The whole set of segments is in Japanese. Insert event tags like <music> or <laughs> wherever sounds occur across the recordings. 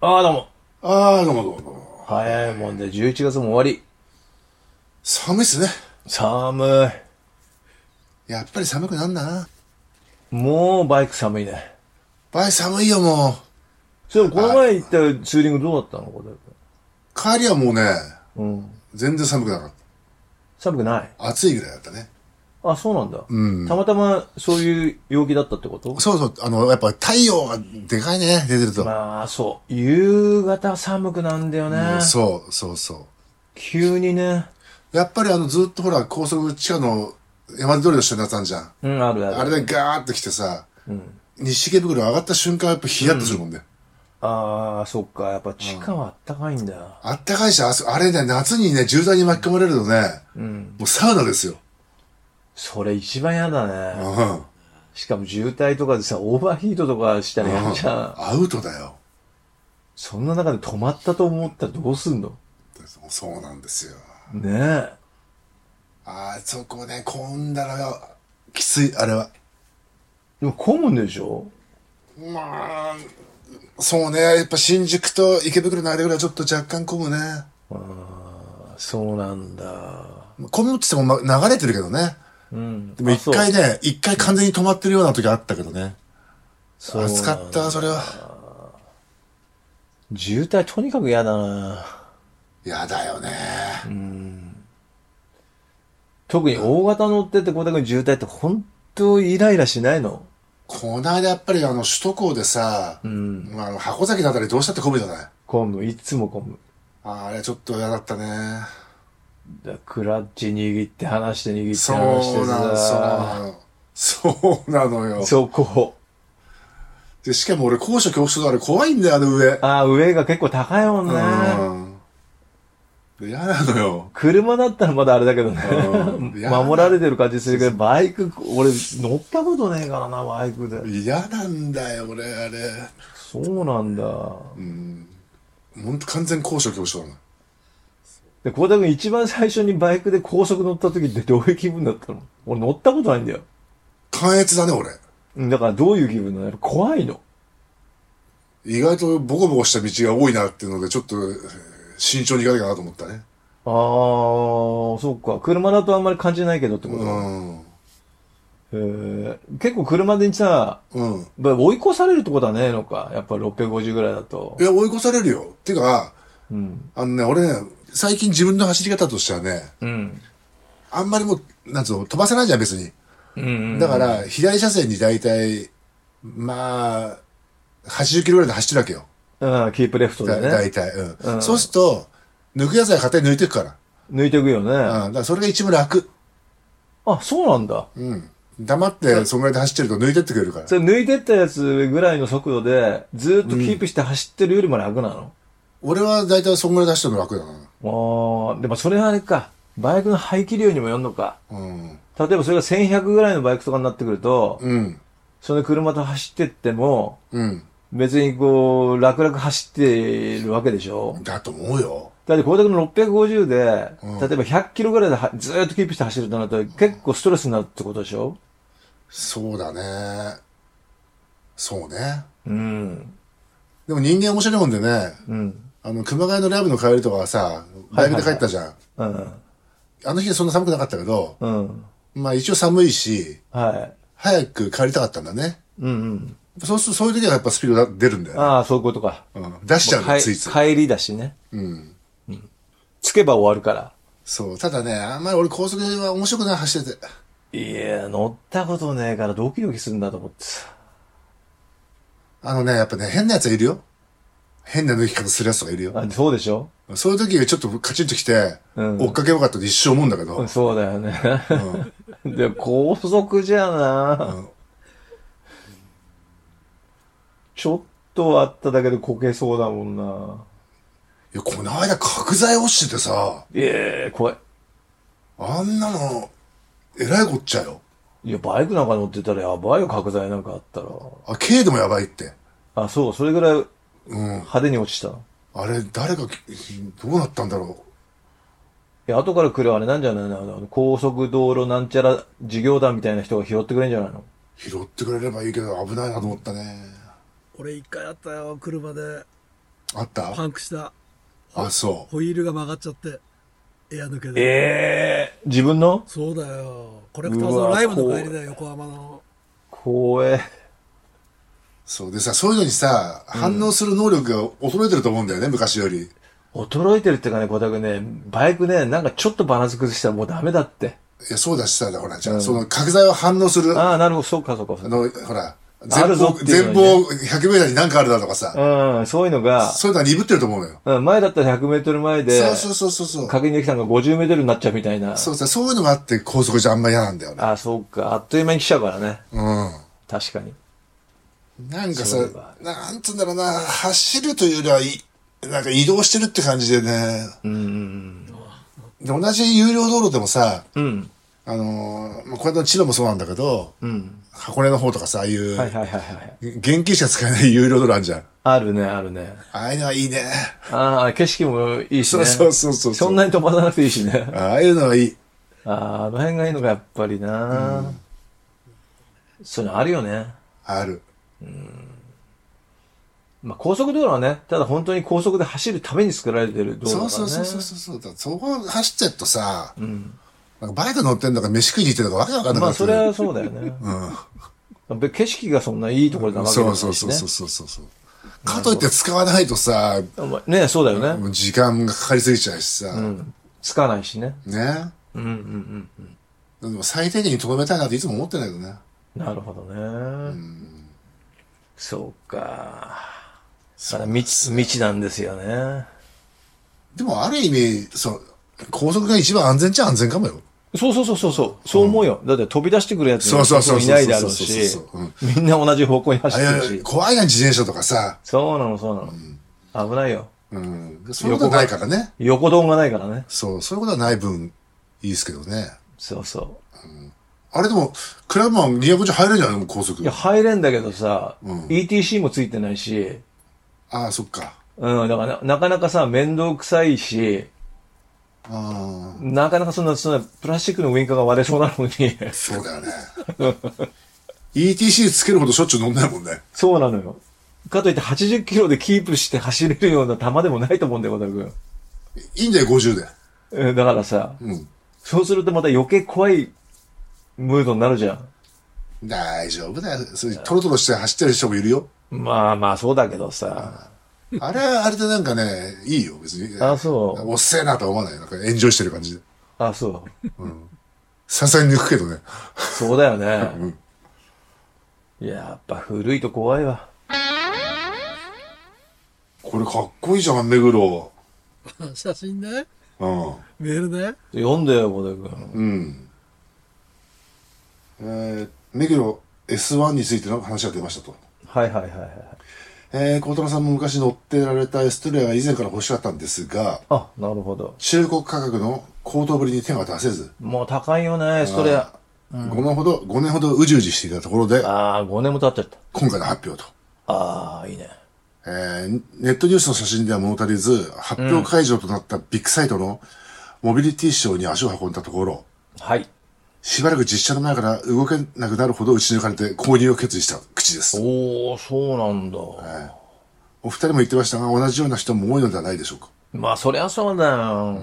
ああ、どうも。あー、どうもどうもどうも。早いもんで、11月も終わり。寒いっすね。寒やっぱり寒くなんな。い。もうバイク寒いね。バイ寒いよ、もう。そういえばこの前行ったツーリングどうだったのこれ。帰りはもうね、うん。全然寒くなかっ寒くない。た。暑いぐらいだったね。あ、そうなんだ。うんたまたまそういう陽気だったってことそうそう、あの、やっぱ太陽がでかいね、出てると。まあ、そう。夕方寒くなんだよね。そうそうそ急にね。う。やっぱりあの、ずっとほら、高速地下の山手通りの人になったんじゃん。うん、あるある。あれでガーって来てさ、西池袋上がった瞬間やっぱヒヤッとするもんね。ああ、そっか。やっぱ地下はあったかいんだよ。あったかいし、あそあれね、夏にね、渋滞に巻き込まれるとね、もうサウナですよ。それ一番嫌だうね。ん。しかも渋滞とかでさ、オーバーヒートとかしたらやんじゃん。アウトだよ。そんな中で止まったと思ったらどうすんのそうなんですよ。ねえ。あそこね、混んだら、きつい、あれは。でも混むんでしょまあ、そうね、やっぱ新宿と池袋の間ぐらいはちょっと若干混むね。そうなんだ。混むって言ってもま流れてるけどね。うん。でもあ一回ね、一回完全に止まってるような時あったけどね。そう暑かっそうなんだた、それは。渋滞とにかく嫌だな。やだよね。特に大型乗ってて小田君渋滞って本当イライラしないのこないだやっぱりあの、首都高でさ、んまああの箱崎のあたりどうしたって混むじゃない。混む。いつも混む。ああれちょっと嫌だったね。だクラッチ握って離して握ってそ離してうなの、そうなさ。の。そうなのよ。そこ。で、しかも俺高所恐怖症だから怖いんだよ、あの上。ああ、上が結構高いもんね。うん。嫌なのよ。車だったらまだあれだけどね。うん <laughs> 守られてる感じするけど、バイク、俺、乗ったことねえからな、バイクで。嫌なんだよ、俺、あれ。そうなんだ。ほんと完全高所恐怖症だな。で、小田君一番最初にバイクで高速乗った時ってどういう気分だったの俺乗ったことないんだよ。関越だね、俺。うんだからどういう気分なの怖いの。意外とボコボコした道が多いなっていうので、ちょっと、えー慎重に行かなきゃなと思ったね。あー、そっか。車だとあんまり感じないけどってこうと、ん。へー結構車でさ、うん。やっぱ追い越されるってことはねえのか。やっぱ650ぐらいだとい。や、追い越されるよ。てか、うん。あのね、俺ね、最近自分の走り方としてはね、うん。あんまりもう、なんつうの、飛ばせないじゃん、別に。うんうん。だから、左車線に大体、まあ、80キロぐらいで走ってるわけよ。うん、キープレフトだでだね。いたい。ううんん。そうすると、抜くやつは勝手に抜いていくか抜いていくよね。ら。うん。だからそれが一番楽。あ、そうなんだ。うん。黙って、そんぐらいで走ってると抜いてってくれるから。それ抜いてったやつぐらいの速度で、ずーっとキープして走ってるよりも楽なの。俺は大体そんぐらいで走ってるの楽だな。ああ、でもそれはあれか。バイクの排気量にもよんのか。うん。例えばそれが1100ぐらいのバイクとかになってくると、うん。その車と走ってっても、うん。別にこう、楽々走ってるわけでしょ。だと思うよ。だって、これだけの650で、ん例えば100キロぐらいではずーっとキープして走るとなると、結構ストレスになるってことでしょそうだね。そうね。うん。でも人間面白いもんでね、うん。あの、熊谷のライブの帰りとかはさ、バイクで帰ったじゃん。うん。あの日はそんな寒くなかったけど、うん。まあ一応寒いし、はい。早く帰りたかったんだね。うんうん。そうすると、そういう時はやっぱスピードが出るんだよね。ああ、そういうことか。うん出しちゃうもの、帰ついつい。帰りだしね。うん。つけば終わるから。そう。ただね、あんまり俺高速は面白くない、走ってて。いや、乗ったことねえからドキドキするんだと思ってさ。あのね、やっぱね、変な奴はいるよ。変な抜き方する奴がいるよ。あそうでしょそういう時ちょっとカチンときて、うん追っかけよかったって一生思うんだけど、そうだよね。で、高速じゃな、うんちょっとあっただけでこけそうだもんな。いや、この間角材落ちててさ、いや、怖い。あんなの、えらいこっちゃよ。いや、バイクなんか乗ってたらやばいよ、角材なんかあったら。あ、軽度もやばいって。あ、そう、それぐらいうん。派手に落ちたの。あれ、誰が、どうなったんだろいや、後から来るあれなんじゃないのあの高速道路なんちゃら事業団みたいな人が拾ってくれんじゃないのう。拾ってくれればいいけど、危ないなと思ったね。俺一回あったよ車であったパンクした。あ、そう。ホイールが曲がっちゃって、エア抜けで。ええー、自分のそうだよ。コレクターズのライブの帰りだよ、横浜の。怖え。そうでさ、そういうのにさ、反応する能力が衰えてると思うんだよね、昔より。衰えてるってかね、小田君ね、バイクね、なんかちょっとバランス崩したらもうダメだって。いや、そうだしさ、ほら、じゃあ、その、角材は反応する。あああ、なるほど、そうかそうか。そうの、ほら、あ前る方ぞ、っていう前のにね方100メーターに何かあるだとかさ、うん、そういうのが、そういうのは鈍ってると思うのよ。うん、前だったら100メートル前で、そうそうそうそう。確認できたのが50メートルになっちゃうみたいな。そうさ、そういうのがあって高速じゃあんま嫌なんだよね。ああ、そうか。あっという間に来ちゃうからね。う確かに。ん。なんかそういえばさ、なんつうんだろうな、走るというよりはい、なんか移動してるって感じでね。うんうんで、同じ有料道路でもさ、うん。うん。あのーまあ、これのチロもそうなんだけど、うん。箱根の方とかさ、ああいう、はいはいはいはい。現金しか使えない有料道路あるじゃん。あるね、あるね。ああいうのはいいね。ああ、景色もいいしそうね。そうそうそう。そんなに飛ばさなくていいし <laughs> ね。ああいうのはいい。ああ、あの辺がいいのがやっぱりな、そういうのあるよね。ある。まあ、高速道路はね、ただ本当に高速で走るために作られてる道路だかそらうね。そうそうそうそう。だそこ走っちゃうとさ、んなんかバイク乗ってんのか飯食いに行ってんのかわけわかんなくまなあ、ってくそるれはそうだよね。うん。景色がそんないいところなわけじゃそないうし、そね。うそうそうそうそうそう。かといって使わないとさ、まあねそうだよね。もう時間がかかりすぎちゃうしさ、うん。つかないしね。ね。うんうんうんでも最低限にとどめたいなっていつも思ってんだけどね。うん。なるほどね。そうか。だそからう未知、未知なんですよね。でもある意味、そう、高速が一番安全っちゃ安全かもよ。そうそうそうそうそう。そう思うよ。だって飛び出してくるやつそうそうそういそうないだろうしそうそうそう、みんな同じ方向にあ走ってるれし。怖いやん、自転車とかさ。そうなの、そうなの。危ないよ。うん。そういうことはないからね。横丼がないからね。そう、そういうことはない分、いいですけどね。そうそあれでも、クラブマン250入れるんじゃないの高速う。いや、。入れんだけどさ、ん ETC もついてないし、ああ、そっか。うん、だからななかなかさ、面倒くさいし、ああ、なかなかそんな、そんな、プラスチックのウインカーが割れそうなのに、 <laughs> そうだよね。ETC つけるほどしょっちゅう乗んないもんね。そうなのよ。かといって80キロでキープして走れるような球でもないと思うんだよ、小田君いいんだよ、50で。うん。だからさ、うん。そうするとまた余計怖いムードになるじゃん。大丈夫だよ。それトロトロして走ってる人もいるよ。まあまあ、そうだけどさ。あれは、あれでなんかね、いいよ、別に。あ、そう。おっせえなとは思わないよ。なんかエンジョイしてる感じで。あ、そう。さすがに抜くけどね。そうだよね。いややっぱ古いと怖いわ。これかっこいいじゃん、目黒。写真ね。うん。メールね。読んでよ、小田君。うん。えー、目黒 S1 についての話が出ましたと。はいはいはいはい。えー、小太郎さんも昔乗ってられたエストレアが以前から欲しかったんですが、あ、なるほど。中古価格の高騰ぶりに手が出せず、もう高いよね、それ。あ5年ほど、5年ほどうじうじしていたところで、あー、5年も経っちゃった。今回の発表と。ああ、いいね。えーネットニュースの写真では物足りず、発表会場となったビッグサイトのモビリティショーに足を運んだところ、はい。しばらく実車の前から動けなくなるほど打ち抜かれて購入を決意した口です。おおそうなんだ。お二人も言ってましたが、同じような人も多いのではないでしょうか。まあ、そりゃそうだよ。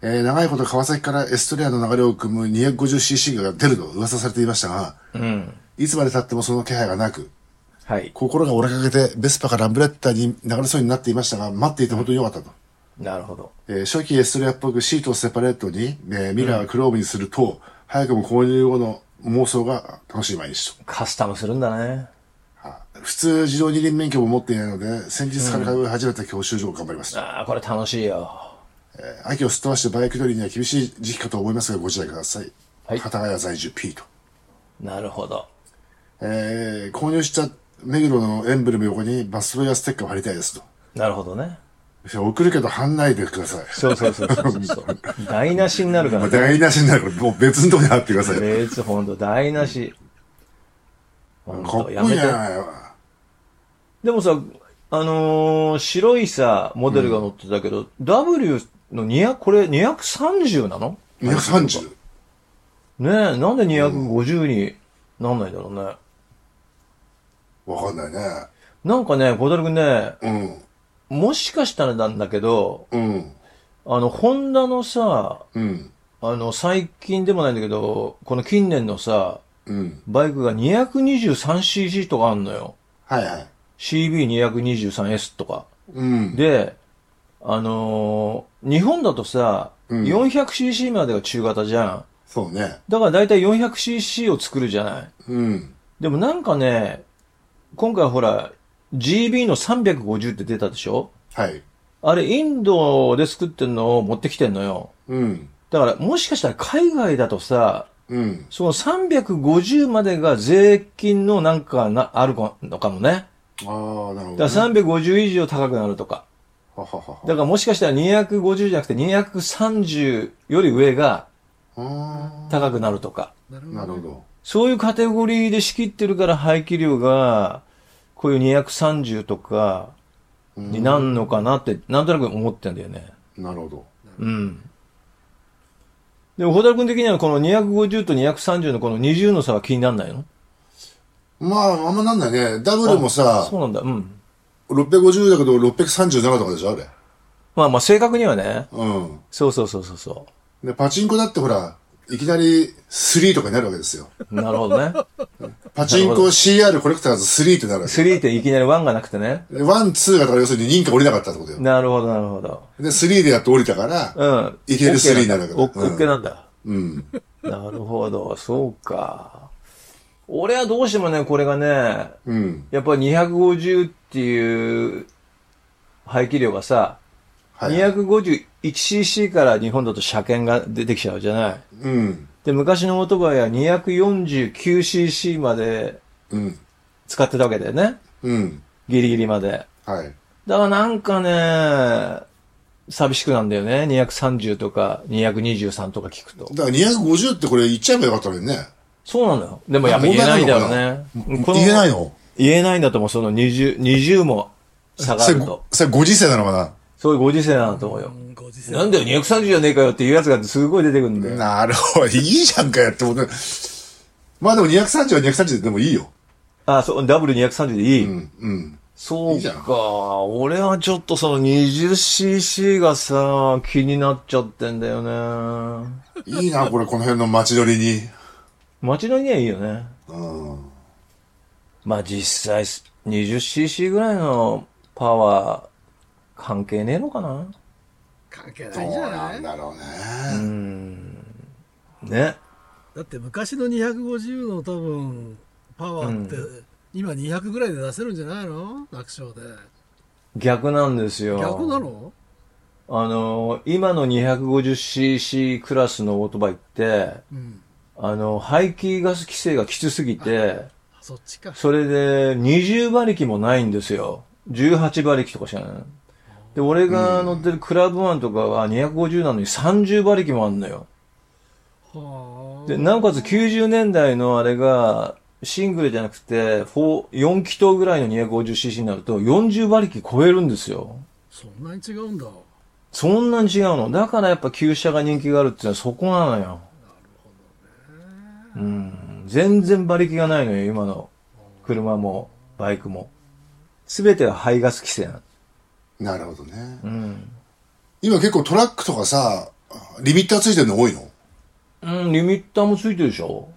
えー長いこと川崎からエストレアの流れを組む 250cc が出ると噂されていましたが、うん。いつまで経ってもその気配がなく、はい。心が折れかけてベスパかランブレッタに流れそうになっていましたが、待っていて本当に良かったと。なるほど。えー初期エストレアっぽくシートをセパレートに、えーミラーをクローブにすると、早くも購入後の妄想が楽しい毎日と。カスタムするんだね。普通自動二輪免許も持っていないので、先日から通い始めた教習所を頑張りました。ああ、これ楽しいよ。えー秋をすっ飛ばしてバイク乗りには厳しい時期かと思いますがご自愛ください。はい片谷在住 P と。なるほど。えー購入した目黒のエンブレム横にバスロイヤーステッカーを貼りたいですと。なるほどね。送るけど貼んないでください。そうそうそうそう <laughs> そう。台無しになるから <laughs> ね。台無しになるから、もう別のとこに貼ってください。かっ別、ほんと、台無し。ほん、こといいやめじてゃ。ないよ。でもさ、あのー白いさ、モデルが乗ってたけど、W の200、これ230なの230。ねえ、なんで250になんないんだろうね。わかんないね。なんかね、小樽くんね、うん。もしかしたらなんだけど、うん。あの、ホンダのさ、うん。あの、最近でもないんだけど、この近年のさ、うん。バイクが 223cc とかあんのよ。はいはい。 CB223S とか。うん。で、あのー日本だとさ、うん 400cc までが中型じゃん。そうね。だからだいたい 400cc を作るじゃない。うん。でもなんかね、今回ほら、GB の350って出たでしょはい。あれ、インドで作ってんのを持ってきてんのよ。うん。だから、もしかしたら海外だとさ、うん。その350までが税金のなんかな、あるのかもね。ああ、なるほど、ね。だから350以上高くなるとか。はははだからもしかしたら250じゃなくて230より上がは。あ高くなるとか。なるあほー。なるど。ほど。そういうカテゴリーで仕切ってるから排気量が、こういう230とかうんになんのかなって、なんとなく思ってんだよね。なるほど。うん。でも、ホタル君的にはこの250と230のこの20の差は気にならないのまあ、あんまなんないね。ダブルもさそ、うなんだ。うん。 650だけど637とかでしょあれ。まあまあ、正確にはね。うん。そうそうそうそうそで、パチンコだってほら、いきなり3とかになるわけですよ。う。なるほどね。パチンなるコほど CR コレクターズ3ってなるわけ。 3っていきなり1がなくてね。でワン、ツーがだから要するに認可降りなかったってことよ。なるほど、なるほど。で、3でやっと降りたから、うん。いきなり3になるわけだオッケーなんだ。オッケーなんだ。うん。なるほど、そうか。俺はどうしてもね、これがね、うん。やっぱり250っていう排気量がさ、はい。 251cc から日本だと車検が出てきちゃうじゃない。うん。で、昔のオートバイは 249cc までうん。使ってたわけだよね。うん。ギリギリまで。はい。だからなんかね、寂しくなんだよね。230とか223とか聞くと。だから250ってこれ言っちゃえばよかったのにね。そうなのよ。でもやっぱ言えないんだろうね。こ言えないの言えないんだと思う。その20、20も下がそれると。、それご時世なのかそういうご時世なんだと思うよ。うんご時世なんだよ、230じゃねえかよっていうやつがすごい出てくるんだなよ。なるほど。いいじゃんかよって思って。まあでも230は230でもいいよ。あ、そう、ダブル230でいい。うん。うん。そいいうじゃか。俺はちょっとその 20cc がさ、気になっちゃってんだよね。いいな、これ、この辺の街乗りに。街乗りにはいいよね。うん。まあ実際、20cc ぐらいのパワー、関係ねえのかな関係どうないんじゃなないんだろうね。ね。だって昔の250の多分パワーって、今200ぐらいで出せるんじゃないの楽勝で逆なんですよ。逆なのあの、今の 250cc クラスのオートバイって、うんあの、排気ガス規制がきつすぎて、あそっちかそれで20馬力もないんですよ。18馬力とかしかない。で、俺が乗ってるクラブワンとかは250なのに30馬力もあんのよ。はあで、なおかつ90年代のあれが、シングルじゃなくて、4、4気筒ぐらいの 250cc になると40馬力超えるんですよ。そんなに違うんだそんなに違うの。だからやっぱ旧車が人気があるってのはそこなのよ。うん。全然馬力がないのよ、今の。車も、バイクも。すべては排ガス規制なの。なるほどね。うん。今結構トラックとかさ、リミッターついてるの多いのうん、リミッターもついてるでしょ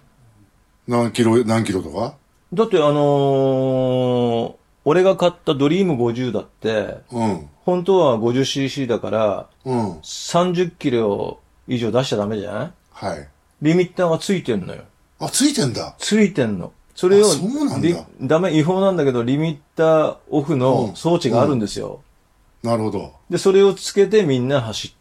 何キロ、何キロとかだってあのー俺が買ったドリーム50だって、うん。本当は 50cc だから、うん。 30キロ以上出しちゃダメじゃないはい。リミッターがついてんのよ。あ、ついてんだ。ついてんの。それをあそうなんだリダメ、違法なんだけど、リミッターオフの装置があるんですよ。なるほど。で、それをつけてみんな走、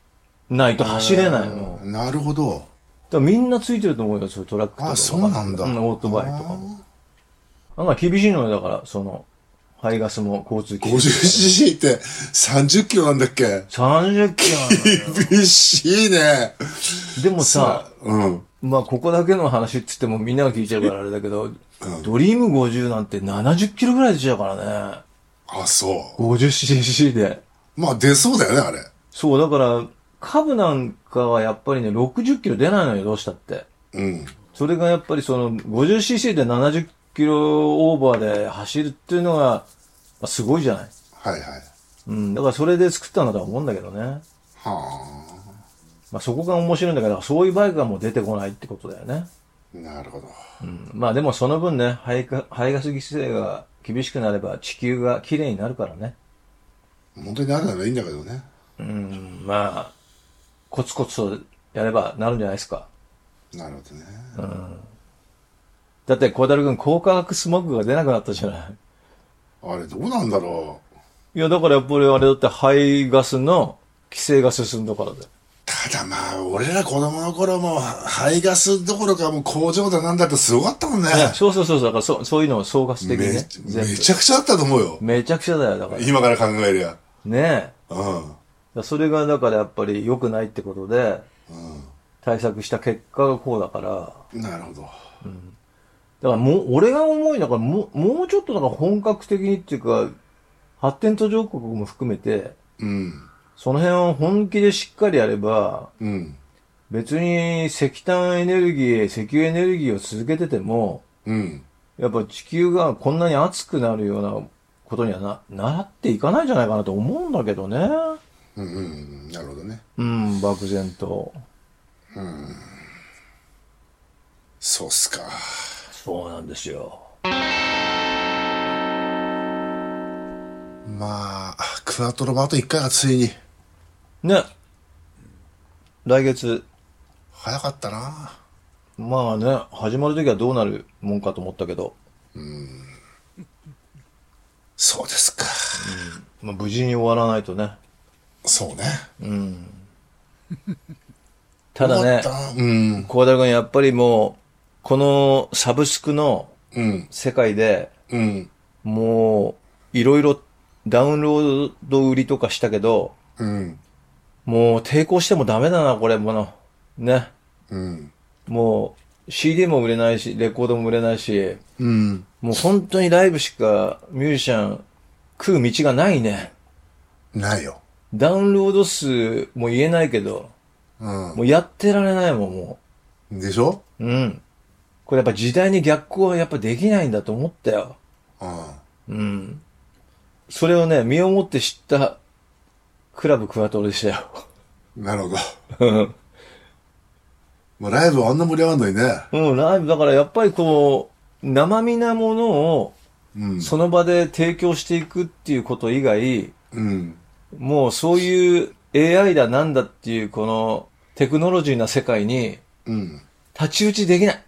ないと走れないの。だかなるほど。らみんなついてると思うよ、そういうトラックとか。あ、そうなんだ。オートバイとかも。あんま厳しいのよ、だから、その、排ガスも交通あー。規制。 50cc って30キロなんだっけ30キロなのよ厳しいね。でもさ、うん。まあ、ここだけの話って言ってもみんなが聞いちゃうからあれだけど、ドリーム50なんて70キロぐらい出ちゃうからね。あ、そう。 50cc で。まあ出そうだよね、あれ。そう、だから、株なんかはやっぱりね、60キロ出ないのよ、どうしたって。うん。それがやっぱりその、50cc で70キロオーバーで走るっていうのが、まあ、すごいじゃない。はいはい。うん、だからそれで作ったんだとは思うんだけどね。はまあそこが面白いんだけど、そういうバイクがもう出てこないってことだよね。あ。なるほど。うん、まあでもその分ね、排ガ排ガス規制が厳しくなれば地球が綺麗になるからね。本当になるならいいんだけどね。うん、まあ、コツコツとやればなるんじゃないですか。なるほどね。だって、孝太郎君、高化学スモッグが出なくなったじゃない。あれ、どうなんだろう。いや、だからやっぱりあれだって排ガスの規制が進んだからだよ。ただまあ、俺ら子供の頃も、排ガスどころかもう工場だなんだってすごかったもんね。いやそうそうそうそう、だからそうそういうのを総括的にめね。全部めちゃくちゃあったと思うよ。めちゃくちゃだよ、だから。ね今から考えりゃ。え。うん。だからそれがだからやっぱり良くないってことで、対策した結果がこうだから、なるほど。だからもう、俺が思いだからもう、もうちょっとだから本格的にっていうか、発展途上国も含めて、うん。その辺を本気でしっかりやれば、うん。別に石炭エネルギー、石油エネルギーを続けてても、うん。やっぱ地球がこんなに熱くなるようなことにはな、なっていかないんじゃないかなと思うんだけどね。うん。うん。なるほどね。うん、漠然と。そうっすか。そうなんですよ。まあ、クワトロもあと1回がついに。ね。来月、早かったな。まあね、始まるときはどうなるもんかと思ったけど、そうですか。まあ、無事に終わらないとね。そうね。 <laughs> ただよね、かったなうん。孝太郎君やっぱりもう、このサブスクのうん。世界で、うん。もう、いろいろダウンロード売りとかしたけど、うん。もう抵抗してもダメだな、これ、もの。ね。うん。もう、CD も売れないし、レコードも売れないし、うん。もう本当にライブしかミュージシャン食う道がないね。ないよ。ダウンロード数も言えないけど、うん。もうやってられないもん、もでしょう。うん。これやっぱ時代に逆行はやっぱできないんだと思ったよ。うん。うん。それをね、身をもって知ったクラブクワトロでしたよ。なるほど。 <laughs> うんまあ、ライブあんな盛り上がんないね。うん、ライブだからやっぱりこう、生身なものをうん。その場で提供していくっていうこと以外、うん。もうそういう AI だなんだっていうこのテクノロジーな世界にうん。太刀打ちできない。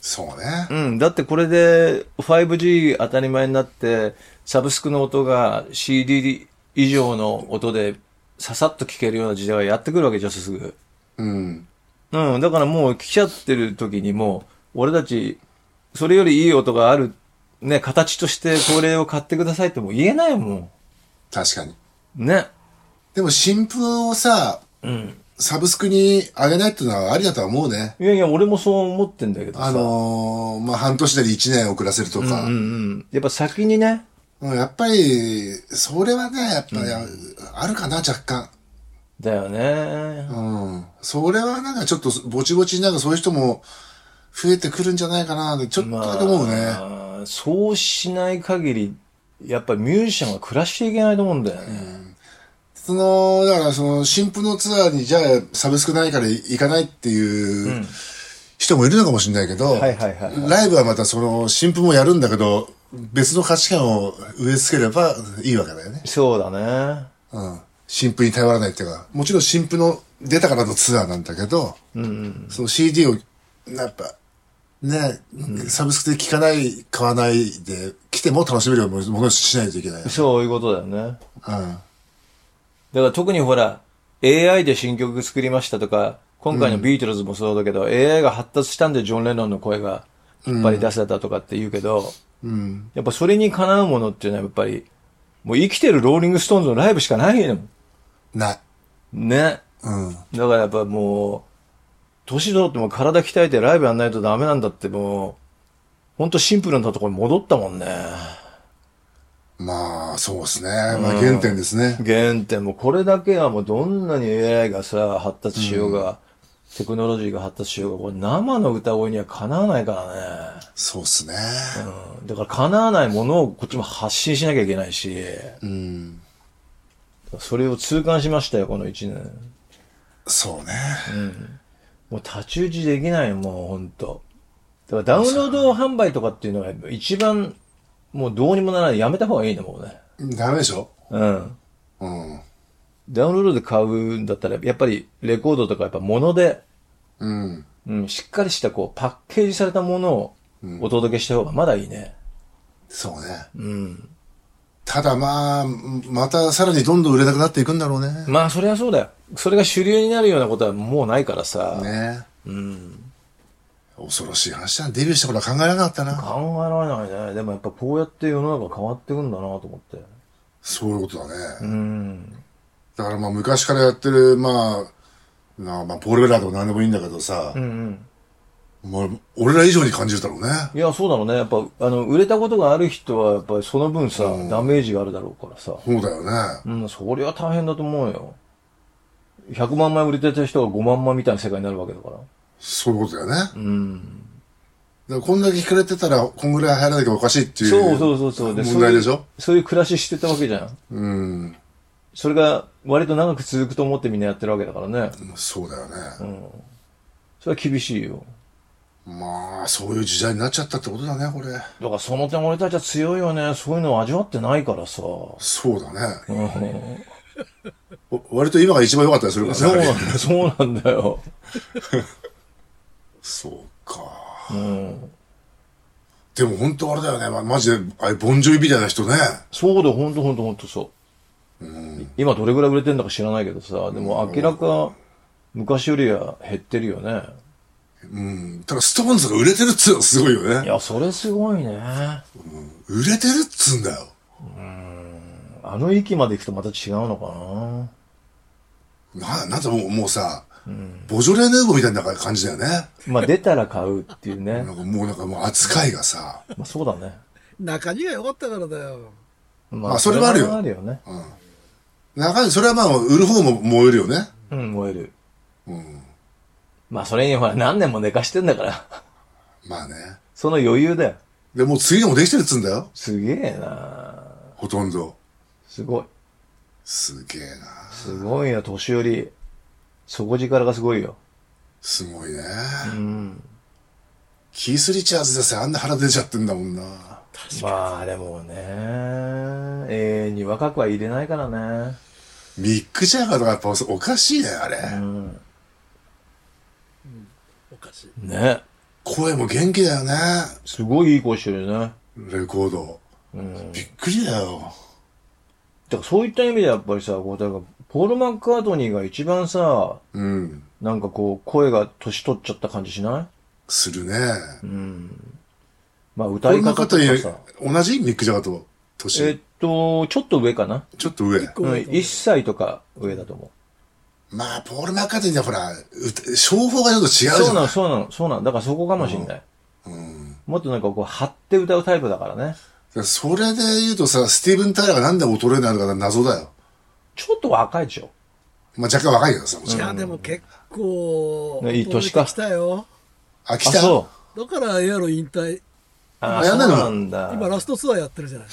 そうね。うん。だってこれで 5G 当たり前になって、サブスクの音が CD 以上の音でささっと聴けるような時代がやってくるわけじゃん、すぐ。うん。うん。だからもう来ちゃってる時にもう、俺たち、それよりいい音がある、ね、形としてこれを買ってくださいってもう言えないも確かに。ん。ね。でも新譜をさ、うん。サブスクに上げないっていうのはありだとは思うね。いやいや、俺もそう思ってんだけどさ。あのー、まあ、半年なり1年遅らせるとか。うんうん。やっぱ先にね、うんやっぱり、それはね、やっぱり、あるかな、若干。だよね。うん。それはなんかちょっと、ぼちぼちになんかそういう人も増えてくるんじゃないかな、ってちょっとだけ思うね。あーそうしない限り、やっぱりミュージシャンが暮らしていけないと思うんだよね。その、だからその、新婦のツアーに、じゃあ、サブスクないから行かないっていう人もいるのかもしれないけど、はいはいはいはライブはまたその、新婦もやるんだけど、別の価値観を植え付ければいいわけだよね。そうだね。うん。新婦に頼らないっていうか、もちろん新婦の出たからのツアーなんだけど、その CD を、やっぱ、ね、サブスクで聴かない、買わないで、来ても楽しめるようなものにしないといけない。うん。そういうことだよね。あだから特にほら、AI で新曲作りましたとか、今回のビートルズもそうだけど、AI が発達したんでジョン・レノンの声が引っ張り出せたとかって言うけど、やっぱそれにかなうものっていうのはやっぱり、もう生きてるローリング・ストーンズのライブしかないの。な、ね。うん。だからやっぱもう、年取っても体鍛えてライブやんないとダメなんだってもう、ほんとシンプルなところに戻ったもんね。まあ、そうですね。まあ、原点ですね。原点もこれだけはもうどんなに AI がさ、発達しようが、テクノロジーが発達しようが、これ生の歌声にはかなわないからね。そうですね。うんだからかなわないものをこっちも発信しなきゃいけないし、うん。それを痛感しましたよ、この1年。そうね。もう太刀打ちできないよ、もうほんと。だからダウンロード販売とかっていうのは一番、もうどうにもならない。やめた方がいいね、もうね。ダメでしょうん。うん。ダウンロードで買うんだったら、やっぱりレコードとかやっぱ物で、うん。うん、しっかりしたこう、パッケージされたものをお届けした方がまだいいね。そうね。うん。ただまあ、またさらにどんどん売れなくなっていくんだろうね。まあ、そりゃそうだよ。それが主流になるようなことはもうないからさ。ねうん。恐ろしい話だな。デビューした頃は考えなかったな。考えられないね。でもやっぱこうやって世の中変わっていくんだなと思って。そういうことだね。うん。だからまあ昔からやってる、まあ、なあまあ、ポールベラーでも何でもいいんだけどさ、うんうん。もう俺ら以上に感じるだろうね。いや、そうだろうね。やっぱ、あの、売れたことがある人は、やっぱりその分さ、ダメージがあるだろうからさ。そうだよね。うん、そりゃ大変だと思うよ。100万枚売れてた人が5万枚みたいな世界になるわけだから。そういうことだよね。うん。だからこんだけ聞かれてたら、こんぐらい入らなきゃおかしいっていう。そうそうそうそう。問題でしょそういうそういう暮らししてたわけじゃん。うん。それが割と長く続くと思ってみんなやってるわけだからね。そうだよね。それは厳しいよ。まあ、そういう時代になっちゃったってことだね、これ。だからその点俺たちは強いよね。そういうのを味わってないからさ。そうだね。うんお割と今が一番良かったりするからそうね。なんだよ、そうなんだよ。そうか。うん。でも本当あれだよね。まマジで、あれ、ボンジョイみたいな人ね。そうだよ、ほんとほんとほんとそう。今どれぐらい売れてんだか知らないけどさ、でも明らか昔よりは減ってるよね。うん。ただ、ストーンズが売れてるっつうのはすごいよいね。や、それすごいね。あ売れてるっつうんだよ。の域まで行くとまた違うのかな、なんかもう、もうさ、ボジョレ・ヌーボーみたいな感じだよね。な。まあ出たら買うっていうなね。んかもう、なんかもう扱いがさ、まあそうだね。中身が良かったからだよ。ままあそれはあるよそあるよね。中に、それはまあ、売る方も燃えるよね。うん、燃える。うん。まあそれにほら何年も寝かしてんだから。 <laughs> まあね。その余裕だよ。で、もう次のもできてるっつうんだよ。すげえなほとんど。すごい。すげえな。すごいよ、年寄り。底力がすごいよ。すごいね。うん。キース・リチャーズでさえあんな腹出ちゃってんだもんな。まあでもね、永遠に若くは入れないからね。ミック・ジャガーとかやっぱおかしいね、あれ。うん。おかしい。ね。声も元気だよね。すごいいい声してるよね。レコード。びっくりだよ。だからそういった意味でやっぱりさ、こう、だからポール・マッカートニーが一番さ、うん。なんかこう、声が年取っちゃった感じしないするね。まあ歌こいんな方と方かにさ。同じミック・ジャガーと年、えっと、ちょっと上かな。ちょっと上。うん、こう1歳とか上だと思う。まあ、ポール・マッカーティンはほら、歌商法がちょっと違うじゃん。そうなの、そうなの、そうなの。だからそこかもしんない。もっとなんかこう、張って歌うタイプだからね。それで言うとさ、スティーブン・タイラーがなんで衰えないのか謎だよ。ちょっと若いでしょ。まあ、若干若いけどさ、もちいろん。や、でも結構、ねいい年か衰えてきたよ。飽きあ、た。そう。だから、やろ、引退。あ、あそうやんないのなんだ。今、ラストツアーやってるじゃない。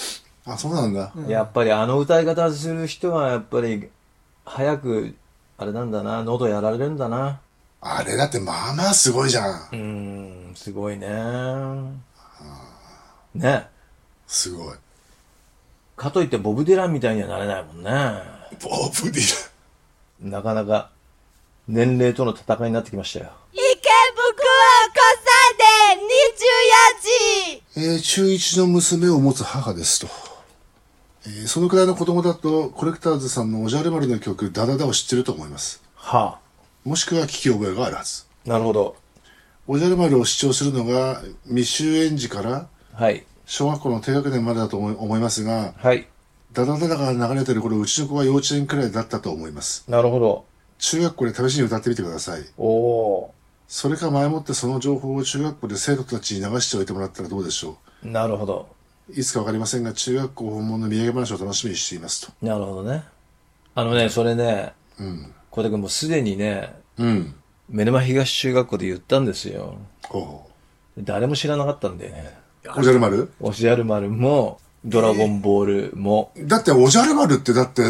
あ、そうなんだ。やっぱりあの歌い方する人はやっぱり早くあれなんだな喉やられるんだなあれだってまあまあすごいじゃんう。ーんすごいねねすごい。かといってボブ・ディランみたいにはなれないもんねボブ・ディラン。なかなか年齢との戦いになってきましたよ池袋交差 <laughs> 点24時えー中1の娘を持つ母ですと。えーそのくらいの子供だと、コレクターズさんのおじゃる丸の曲、ダダダを知ってると思います。はもしくは聞き覚えがあるはず。あなるほどおじゃる丸を主張するのが、未就園児からはい小学校の低学年までだと思い思いますが、はいダダダダが流れてる頃、うちの子は幼稚園くらいだったと思います。なるほど中学校で試しに歌ってみてください。おおそれか前もってその情報を中学校で生徒たちに流しておいてもらったらどうでしょーなるほどう。いつかわかりませんが、中学校訪問の土産話を楽しみにしていますと。なるほどねあのねそれねうん小田君もうすでにねうん。目沼東中学校で言ったんですよほうほ誰も知らなかったんだよね。う。おじゃる丸おじゃる丸も、ドラゴンボールも、だっておじゃる丸ってだって、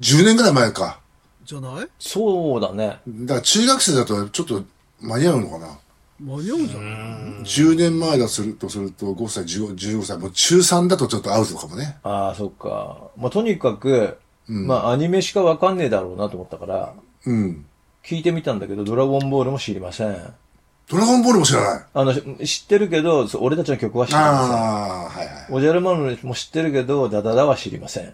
10年ぐらい前か。じゃないそうだね。だから中学生だとちょっと間に合うのかな。間に合うじゃん。 10年前だとすると、すると5歳、15, 15歳、もう中3だとちょっとアウトかもね。ああ、そっか。まあ、とにかく、まあ、アニメしかわかんねえだろうなと思ったから、うん。聞いてみたんだけど、ドラゴンボールも知りません。ドラゴンボールも知らない。あの、知ってるけど、そう俺たちの曲は知りません。ああ、はいはい。おじゃる丸も知ってるけど、ダダダは知りません。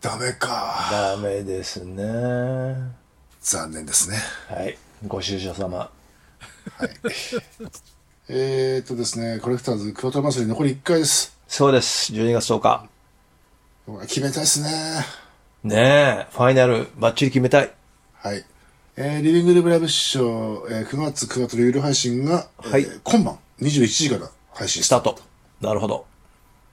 ダメか。ダメですね。は残念ですね。い。ご愁傷様。えー、っとですね、コレクターズクワトロ祭り残り1回です。そうです。12月10日。決めたいですね。ねえ、ファイナル、バッチリ決めたい。はい。えー、リビングルブライブショー、えー、9月クワトロ有料配信が、はいえー今晩21時から配信スタート。なるほど。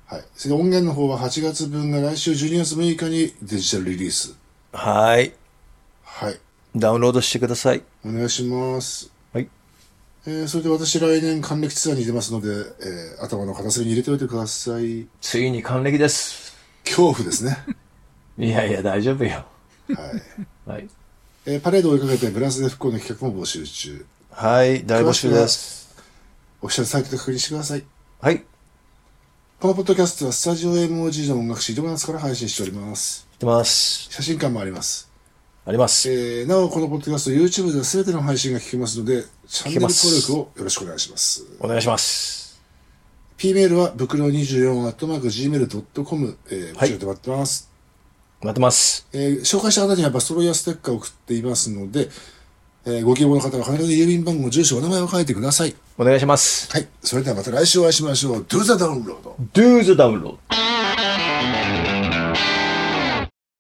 はい。それで音源の方は8月分が来週12月6日にデジタルリリース。はい。はい。ダウンロードしてください。お願いします。はい。えー、それで私来年還暦ツアーに出ますので、えー、頭の片隅に入れておいてください。ついに還暦です。恐怖ですね。いやいや、大丈夫よ。はい。はい。えー、パレードを追いかけてブラスで復興の企画も募集中。はい、大募集です。オフィシャルサイトで確認してください。はい。知っこのポッドキャストはスタジオ MOG の音楽誌ドマナスから配信しております。てます。写真館もあります。あります。えー、なおこのポッドキャスト YouTube では全ての配信が聞けますので、チャンネルけま登す録をよろしくお願いします。お願いします。 P メールは、ぶくろ24、アットマーク、gmail.com、えー、こはいちらで待ってます。待ってます。えー紹介した方にはバストロイヤーステッカーを送っていますので、えーご希望の方は必ず郵便番号、住所、お名前を書いてください。お願いします。はい。それではまた来週お会いしましょう。Do the download! Do the download.